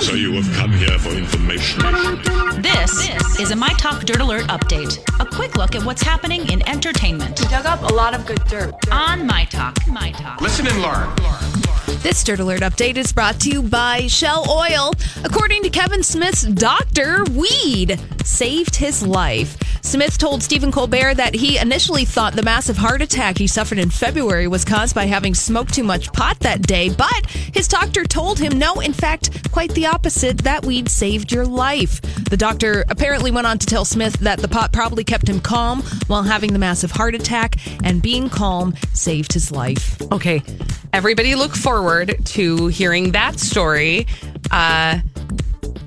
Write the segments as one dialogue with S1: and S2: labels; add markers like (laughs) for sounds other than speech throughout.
S1: So you have come here for information.
S2: This, is a My Talk Dirt Alert update. A quick look at what's happening in entertainment
S3: dug up a lot of good dirt.
S2: on My Talk. My Talk.
S1: Listen and learn.
S4: This Dirt Alert update is brought to you by Shell Oil. According to Kevin Smith's doctor, weed saved his life. Smith told Stephen Colbert that he initially thought the massive heart attack he suffered in February was caused by having smoked too much pot that day, but his doctor told him no, in fact, quite the opposite, that weed saved your life. The doctor apparently went on to tell Smith that the pot probably kept him calm while having the massive heart attack, and being calm saved his life.
S5: Okay, everybody look forward to hearing that story uh,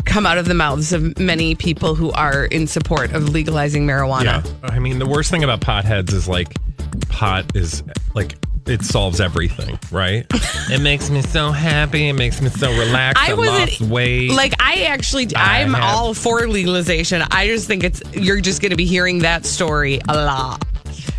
S5: come out of the mouths of many people who are in support of legalizing marijuana.
S6: Yeah. I mean, the worst thing about potheads is like, pot is like, it solves everything, right? (laughs) it makes me so happy. It makes me so relaxed. I, lost weight.
S5: like I actually
S6: I
S5: I'm
S6: have-
S5: all for legalization. I just think it's you're just going to be hearing that story a lot.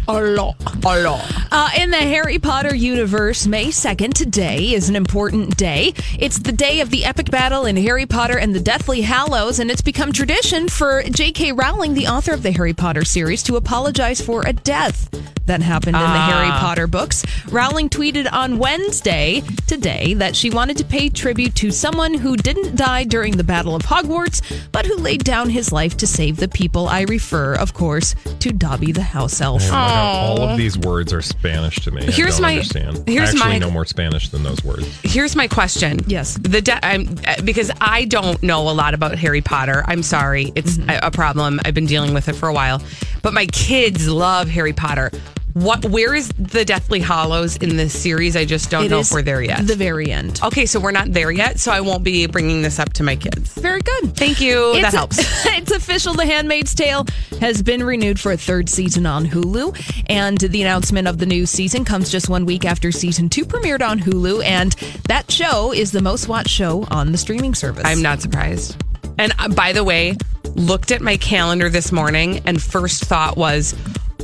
S5: A lot, a lot.
S4: Uh, in the Harry Potter universe, May 2nd today is an important day. It's the day of the epic battle in Harry Potter and the Deathly Hallows, and it's become tradition for J.K. Rowling, the author of the Harry Potter series, to apologize for a death that happened in the Harry Potter books. Rowling tweeted on Wednesday today that she wanted to pay tribute to someone who didn't die during the Battle of Hogwarts, but who laid down his life to save the people. I refer, of course, to Dobby the house elf.
S6: I don't know how all of these words are Spanish to me. I
S5: Here's
S6: don't
S5: my-
S6: Understand.
S5: here's
S6: I actually
S5: my-
S6: know more Spanish than those words.
S5: Here's my question.
S4: Yes.
S5: The de- I'm, uh, because I don't know a lot about Harry Potter. I'm sorry. It's
S4: Mm-hmm.
S5: a, a problem. I've been dealing with it for a while. But my kids love Harry Potter. What where is the Deathly Hollows in this series? I just don't
S4: It
S5: know
S4: is
S5: if we're there yet. Oh,
S4: The very end.
S5: okay, so we're not there yet, so I won't be bringing this up to my kids.
S4: Very good.
S5: Thank you.
S4: (laughs)
S5: that helps.
S4: it's official. The Handmaid's Tale has been renewed for a third season on Hulu. And the announcement of the new season comes just one week after season two premiered on Hulu. And that show is the most watched show on the streaming service.
S5: I'm not surprised. And uh, by the way, looked at my calendar this morning and first thought was,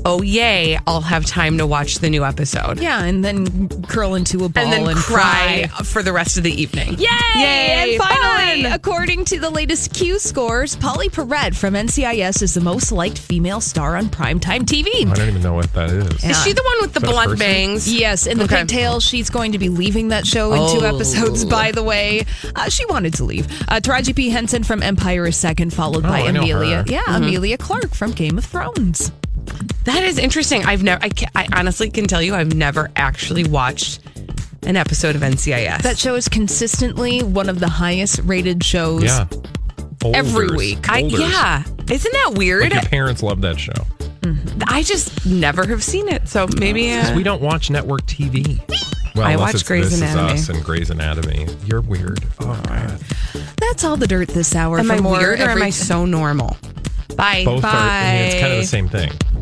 S5: "Oh yay, I'll have time to watch the new episode."
S4: Yeah, and then curl into a ball
S5: and
S4: and,
S5: then cry, for the rest of the evening.
S4: Yay!
S5: Yay,
S4: and finally,
S5: fun!
S4: according to the latest Q scores, Polly Perrette from NCIS is the most liked female star on primetime TV.
S6: I don't even know what that is.
S5: Is she the one with the
S6: Is that a
S5: blonde
S6: person?
S5: bangs?
S4: Yes, in the
S5: Okay.
S4: pigtail, she's going to be leaving that show in two
S5: Oh.
S4: episodes, by the way. Uh, she wanted to leave. Uh, Taraji P. Henson from Empire is second, followed by
S6: Oh, I know
S4: Amelia.
S6: her. Mm-hmm.
S4: Yeah, Amelia Clark from Game of Thrones.
S5: That is interesting. I've never. I, ca I honestly can tell you, I've never actually watched an episode of NCIS.
S4: That show is consistently one of the highest rated shows.
S6: Yeah.
S4: Every
S6: Folders.
S4: week.
S5: I,
S6: Folders.
S5: yeah, isn't that weird?
S6: Like your parents love that show.
S5: I just never have seen it, so maybe.
S6: Because
S5: Uh,
S6: we don't watch network TV. Well,
S5: I
S6: unless
S5: watch
S6: it's
S5: Grey's
S6: this
S5: Anatomy.
S6: Is us and Grey's Anatomy. You're weird. Oh, God.
S4: That's all the dirt this hour.
S5: am
S4: for
S5: I
S4: more
S5: weird or am
S4: every-
S5: I so normal? Bye.
S6: Both
S5: Bye.
S6: are. I mean, it's kind of the same thing.